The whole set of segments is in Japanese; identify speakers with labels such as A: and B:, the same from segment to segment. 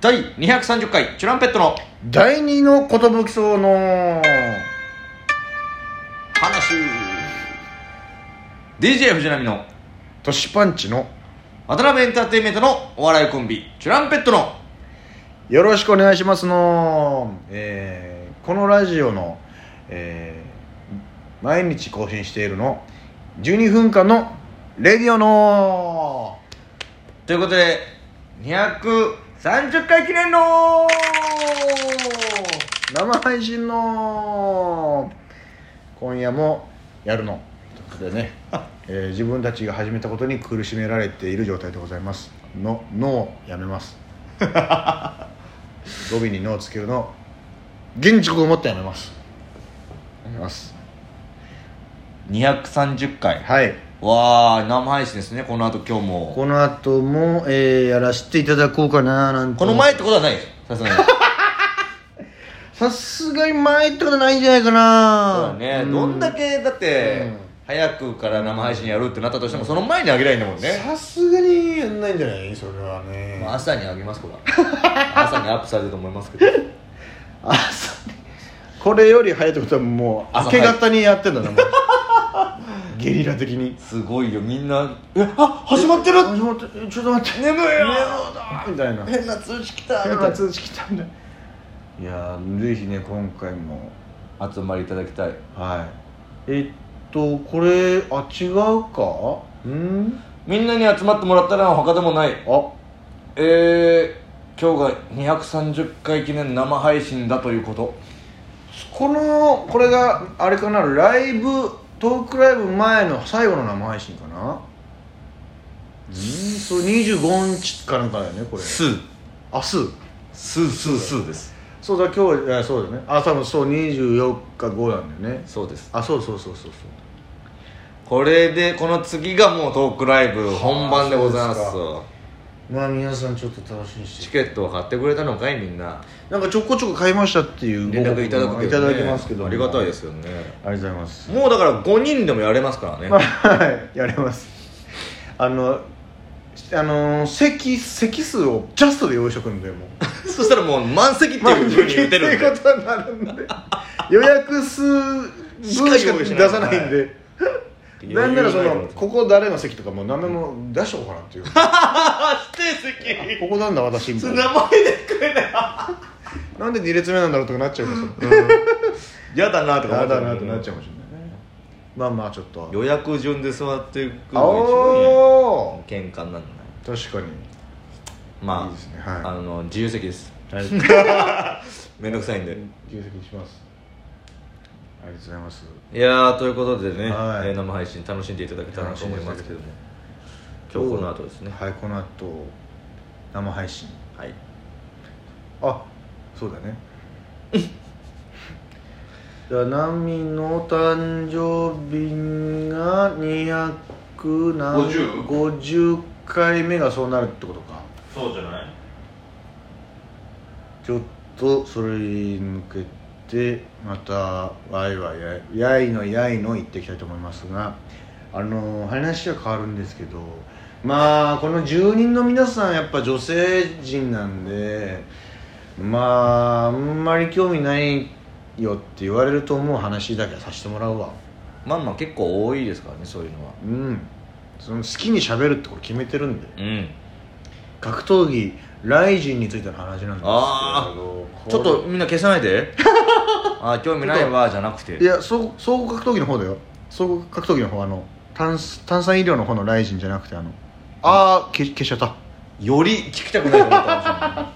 A: 第230回チュランペットの
B: 第二の寿そうの
A: 話 DJ 藤波の
B: トシパンチの
A: 渡辺エンターテインメントのお笑いコンビチュランペットの
B: よろしくお願いしますの、えーこのラジオの、えー毎日更新しているの12分間のレディオの
A: ということで230回記念の
B: 生配信の今夜もやるのということでね、えー自分たちが始めたことに苦しめられている状態でございますの「の」をやめます 語尾に「の」をつけるの現実をもってやめますやめます
A: 230回
B: はい
A: わあ生配信ですねこの後今日も
B: この後も、えーやらせていただこうかななんて
A: この前ってことはないよさすがに
B: さすがに前ってことないんじゃないか
A: そう
B: な
A: だねどんだけだって、
B: うん
A: 早くから生配信やるってなったとしてもその前にあげないんだもんね、
B: さすがにやんないんじゃないそれはね
A: まあ、朝にあげますこれは 朝にアップされると思いますけど
B: 朝これより早いってことはもう
A: 朝
B: 明け方にやってんだな もうゲリラ的に
A: すごいよみんな「えあ始まってる
B: あちょっと待ってちょっと待って
A: 眠いよ
B: 眠いだみたいな
A: 変な通知来た」
B: 変な通知来たんだいやーぜひね今回も
A: 集まりいただきたい
B: はいえっとこれあ違うかん
A: みんなに集まってもらったら他でもない
B: あ
A: えー、今日が230回記念生配信だということ
B: このこれがあれかなライブトークライブ前の最後の生配信かなうんそう25日かなんかだよねこれ
A: ー
B: 明日
A: スースースーです
B: そうだ今日いやそうだねあ多分そう24日後なんだよね
A: そうです
B: あそうそうそうそうそう
A: これでこの次がもうトークライブ本番でございます
B: そうまあ皆さんちょっと楽しみに
A: チ
B: して
A: ケットを買ってくれたのかいみんな
B: なんかちょこちょこ買いましたっていう
A: 連絡いただくけど、ね、
B: いただきますけど
A: ありがたいですすよね
B: ありがとうございます
A: もうだから5人でもやれますからね、
B: まあはいやります あのしあのー席席数をジャストで用意しとくんで もう
A: そしたらもう満席っていうふうに言ってるん
B: 満
A: で
B: 席っていうことになるんで予約数分しか出さないんで
A: い
B: なんならそ
A: 余裕ない
B: の
A: から
B: ここ誰の席とかもう何名も出しとこうかな っていう
A: あ指定席
B: ここなんだ私み
A: そ
B: た
A: れ
B: い
A: 名
B: な
A: 前でくれない
B: なんで2列目なんだろうとかなっちゃうからそ
A: 嫌だなと
B: の
A: か思
B: や
A: っちゃ
B: だ
A: う
B: なってなっちゃうかもしれないねまあまあちょっと
A: 予約順で座っていく
B: あ
A: のが一番
B: お
A: いい喧嘩になんない
B: 確かに
A: まあ
B: いいですねはい
A: あの自由席です
B: はい
A: めんどくさいんで
B: 重責しますありがとうございます
A: いやーということでね、
B: はい
A: えー生配信楽しんでいただけたらと思いますけども今日この後ですね
B: はいこの後生配信
A: はい
B: あそうだねじゃあナミの誕生日が
A: 50
B: 250回目がそうなるってことか
A: そうじゃない
B: ちょっとそれに向けてまたワイワイややいのやいの言っていきたいと思いますがあの話は変わるんですけどまあこの住人の皆さんやっぱ女性陣なんでまああんまり興味ないよって言われると思う話だけはさせてもらうわ
A: まあまあ結構多いですからねそういうのは
B: うんその好きに喋るってこれ決めてるんで
A: うん
B: 格闘技ライジンについての話なんですけ
A: あ
B: ど
A: ちょっとみんな消さない であー興味ないわじゃなくて
B: いや総総合格闘技の方だよ総合格闘技の方あの炭酸炭酸飲料の方のライジンじゃなくてあのああ消し消しちゃった
A: より聞きたくないと思ったかもしれない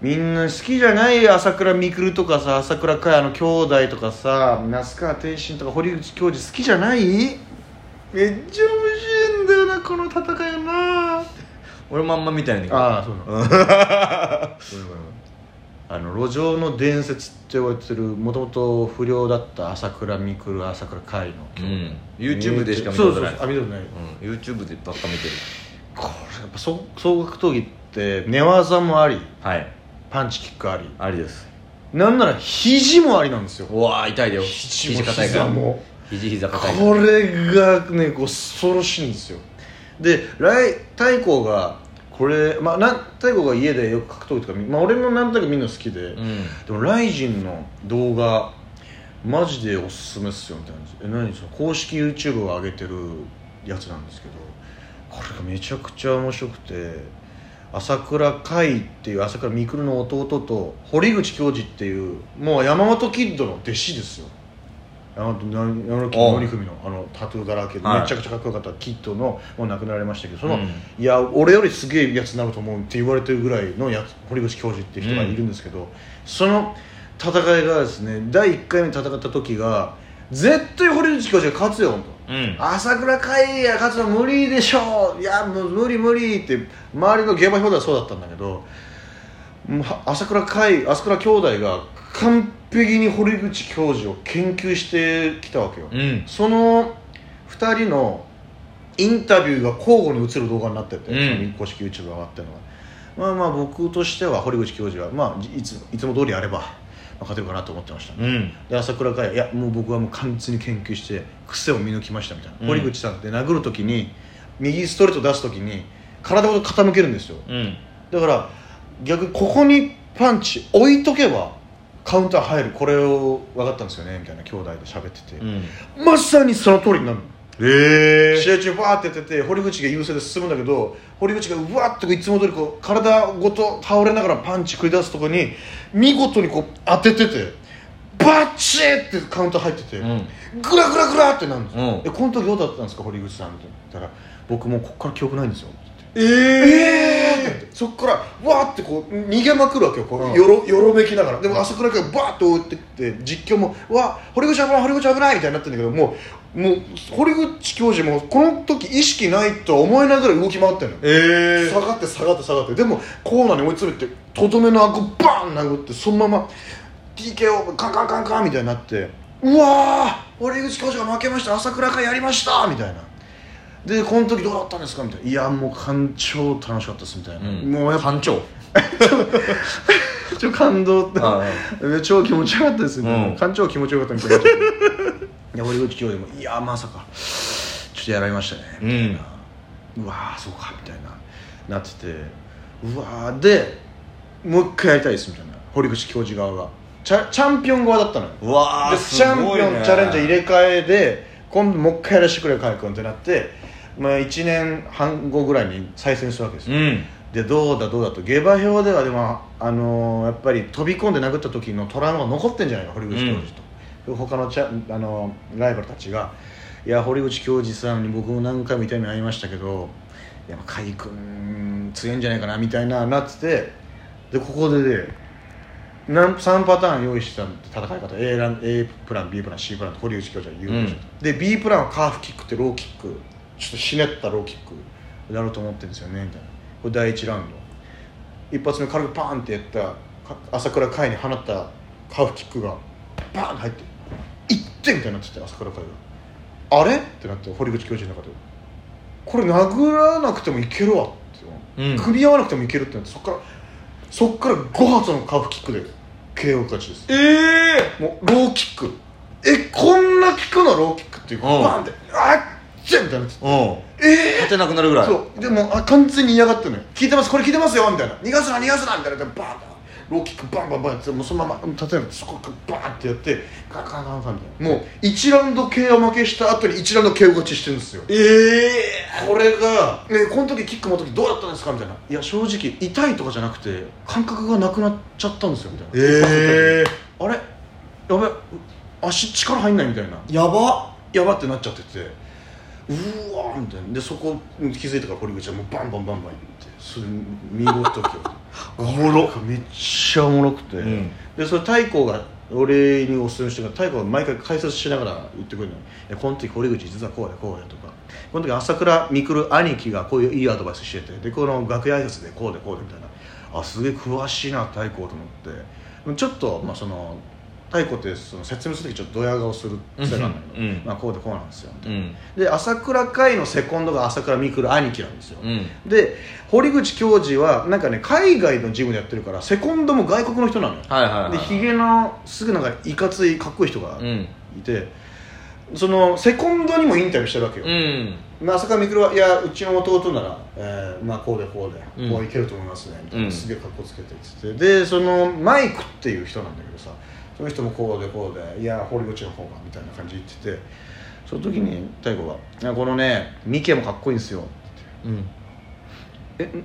B: みんな好きじゃない朝倉未来とかさ朝倉海あの兄弟とかさ那須川天心とか堀口教授好きじゃないめっちゃ面白いんだよなこの戦いはなあ
A: 俺もあんま見たいんだけど
B: あそうなのあの路上の伝説って呼ばれてるもともと不良だった朝倉未来朝倉海の
A: う
B: 兄弟
A: ん YouTube でしか見た
B: そ
A: こと
B: うそう
A: ない
B: そうあ見たことない
A: うん YouTube でばっか見てる
B: これやっぱ総総合格闘技って寝技もあり
A: はい
B: パンチキックあり
A: ありです
B: なんなら肘もありなんですよ
A: うわー痛いだよ
B: 肘も
A: 肘硬いから
B: 膝も
A: 肘膝硬いから
B: これがね恐ろしいんですよで来太閤がここれまあ何太鼓が家でよく格闘技とか見まあ俺も何となく見るの好きで、
A: うん
B: でもライジンの動画マジでおすすめっすよみたいなえ何その公式 YouTube を上げてるやつなんですけどこれがめちゃくちゃ面白くて朝倉海っていう朝倉未来の弟と堀口教授っていうもう山本キッドの弟子ですよ山本な山本キッドの組のあのタトゥーだらけで、
A: はい
B: めちゃくちゃかっこよかったキッドのもう亡くなられましたけどその、
A: うん
B: いや俺よりすげえやつになると思うって言われてるぐらいのやつ堀口教授っていう人がいるんですけど、その戦いがですね第1回目戦った時が絶対堀口教授が勝つよと。
A: うん
B: 朝倉海が勝つの無理でしょういやもう無理無理って周りの競馬表ではそうだったんだけどもうは朝倉海朝倉兄弟が完璧に堀口教授を研究してきたわけよ、
A: うん
B: その2人のインタビューが交互に映る動画になってて、
A: うん
B: その公式 YouTube が上がってるのがまあまあ僕としては堀口教授は、まあ、いついつも通りやればまあ勝てるかなと思ってましたね、
A: うん
B: で朝倉海いやもう僕はもう完全に研究して癖を見抜きましたみたいな、
A: うん
B: 堀口さんって殴るときに右ストレート出すときに体ごと傾けるんですよ
A: うん
B: だから逆にここにパンチ置いとけばカウンター入るこれを分かったんですよねみたいな兄弟で喋ってて、
A: うん
B: まさにその通りになるの
A: え
B: 試合中バーってやってて堀口が優勢で進むんだけど堀口がうわっといつも通りこう体ごと倒れながらパンチ繰り出すとこに見事にこう当てててバッチーってカウンター入ってて、
A: うん
B: グラグラグラってなるんですよ、
A: うん
B: でこの時どうだったんですか堀口さんって言ったら僕もうこっから記憶ないんですよって言って
A: え
B: えーっ
A: え
B: てそっからわーってこう逃げまくるわけよこう、
A: うん
B: よろよろめきながらでも朝倉君がバーッと追ってって実況も「わー堀口危ない堀口危ない」みたいになってるんだけどもうもう堀口教授もこの時意識ないとは思えないぐらい動き回ってるのよ
A: え
B: 下がって下がって下がってでもコーナーに追い詰めてとどめのあくバーン殴ってそのまま TKO カンカンカンカンみたいになってうわー堀口教授が負けました朝倉会やりましたみたいなでこの時どうだったんですかみたいないやもう感超楽しかったですみたいな、もうやっぱ
A: 班 長
B: ちょ感動って
A: あ
B: 超気持ちよかったですみたいな、
A: うん
B: 感超気持ちよかったみたいないや堀口教授もいやまさかちょっとやられましたねみたいな、うわーそうかみたいななっててうわーでもう一回やりたいですみたいな堀口教授側がチャチャンピオン側だったのよ
A: うわ
B: で
A: ー
B: チャンピオン、
A: すごいね
B: チャレンジャー入れ替えで今度もう一回やらせてくれよ海君ってなって、まあ、1年半後ぐらいに再戦するわけですよ、
A: うん
B: でどうだどうだと下馬評ではでも、あのーやっぱり飛び込んで殴った時のトラウマが残ってんじゃないか堀口教授と、他のチャ、あのーライバルたちが「いや堀口教授さんに僕も何回も痛い目遭いましたけどいやまあ甲斐君強いんじゃないかな」みたいななっててでここでねなん3パターン用意してた戦い方 A, ラン A プラン B プラン C プランと堀口教授は言うでしょ、で B プランはカーフキックってローキックちょっとひねったローキックだろうと思ってるんですよねみたいなこれ第1ラウンド一発目軽くパーンってやったか朝倉海に放ったカーフキックがバーンって入って「いって!」みたいになってて朝倉海が「あれ?」ってなって堀口教授の中で「これ殴らなくてもいけるわ」って
A: うん
B: 組み合わなくてもいけるってなってそっからそっから5発のカーフキックで KO 勝ちです
A: ええ
B: もうローキックえこんな効くのローキックっていうか
A: うん
B: バーンってあっちゃみたいなやつ
A: うん
B: え
A: 立てなくなるぐ
B: え
A: らい
B: そうでもあ完全に嫌がってるのよ聞いてますこれ聞いてますよみたいな逃がすな逃がすなみたいなでバーンってローキックバンバンバンってもうそのまま立てないそこからバーンってやってガンガンガンガンみたいなもう1ラウンド KO 負けした後に1ラウンド KO 勝ちしてるんですよ
A: ええ
B: これが、ね、この時キックの時どうだったんですかみたいないや正直痛いとかじゃなくて感覚がなくなっちゃったんですよみたいな
A: え
B: あれやべ足力入んないみたいな
A: やば
B: やばってなっちゃっててうーわーみたいなでそこ気づいたから堀口はもうバンバンバンバンいってそれ見事き おもろめっちゃおもろくて、
A: うん
B: でそれ太鼓が俺におすすめしてくれた太鼓が毎回解説しながら言ってくれるのえこの時堀口実はこうやこうやとかこの時朝倉未来兄貴がこういういいアドバイスしててでこの楽屋挨拶でこうでこうでみたいなあすげえ詳しいな太鼓と思ってちょっとまあその太鼓ってその説明する時ちょっとドヤ顔する癖があるんだけど、
A: うんうん
B: まあ、こうでこうなんですよみた
A: う
B: いな、
A: ん
B: で朝倉海のセコンドが朝倉未来兄貴なんですよ、
A: うん
B: で堀口教授はなんかね海外のジムでやってるからセコンドも外国の人なのよ、
A: はいはいはい
B: でひげのすぐなんかいかついかっこいい人が
A: うん
B: いて、そのセコンドにもインタビューしてるわけよ、
A: うん
B: まあ浅川みくるはいやうちの弟なら、えーまあ、こうでこうで、
A: うん
B: もういけると思いますねみたいな、
A: うん
B: すげえ格好つけてっつってでそのマイクっていう人なんだけどさその人もこうでこうでいや堀口の方がみたいな感じで言っててその時に大悟がいや「このねミケもかっこいいんですよ」
A: うん
B: えん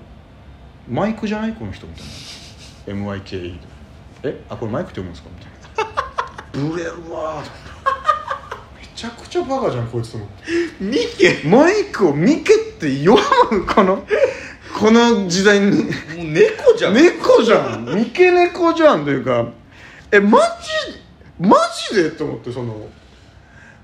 B: マイクじゃないこの人みたいな MYKE えあこれマイクって読むんですかみたいなブレるわーめちゃくちゃバカじゃんこいつと思って
A: ミケ
B: マイクをミケって読むこのこの時代
A: も
B: に
A: う猫じゃん、
B: 猫じゃんミケ猫じゃんというかえマジマジでと思ってその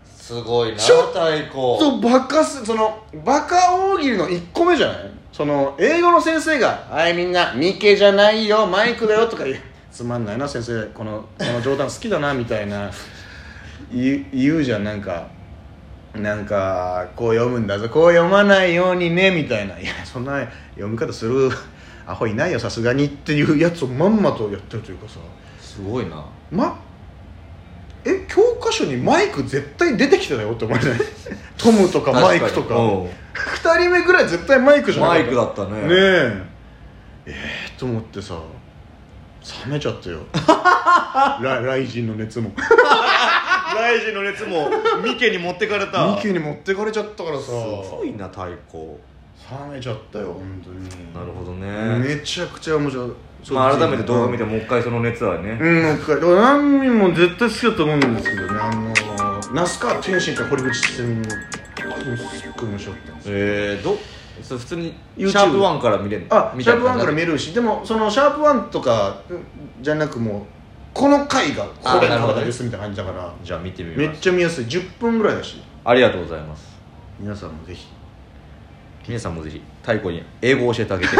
A: すごいな
B: ちょっ
A: 太鼓
B: とバカすそのバカ大喜利の1個目じゃないその英語の先生が「はいみんなミケじゃないよマイクだよ」とか言うつまんないな先生このこの冗談好きだなみたいな言う言うじゃんなんかなんかこう読むんだぞこう読まないようにねみたいないやそんな読み方するアホいないよさすがにっていうやつをまんまとやってるというかさ
A: すごいな
B: まえ教科書にマイク絶対出てきてたよって思われない トムとかマイクと
A: 確
B: か
A: にうん
B: 2人目ぐらい絶対マイクじゃな
A: マ
B: い
A: イクだったね
B: ねええー、と思ってさ冷めちゃったよ ラライジンの熱も
A: ライジの熱も ミケに持ってかれた
B: ミキに持ってかれちゃったからさ
A: すごいな太鼓
B: 冷めちゃったよ本当に
A: なるほど
B: め
A: ね、
B: ちゃくちゃ面白い
A: まあ、改めて動画見て
B: も
A: もう一回その熱はね、
B: うんもう一回だから何人も絶対好きだと思うんですけどねあのー那須川天心と堀口千美もすっごい面白かったんですよ
A: えー、どそれ普通に
B: YouTube
A: シャープワンから見れる
B: あシャープワンから見
A: る
B: れるしでもそのシャープワンとかじゃなくもうこの回がこれ
A: あなる
B: の
A: ほど
B: 方
A: ね
B: ですみたいな感じだから
A: じゃあ見てみ
B: め
A: ま
B: っ
A: す
B: ちゃ見やすい10分ぐらいだし
A: ありがとうございます
B: 皆さんもぜひ
A: 皆さんもぜひ太鼓に英語を教えてあげて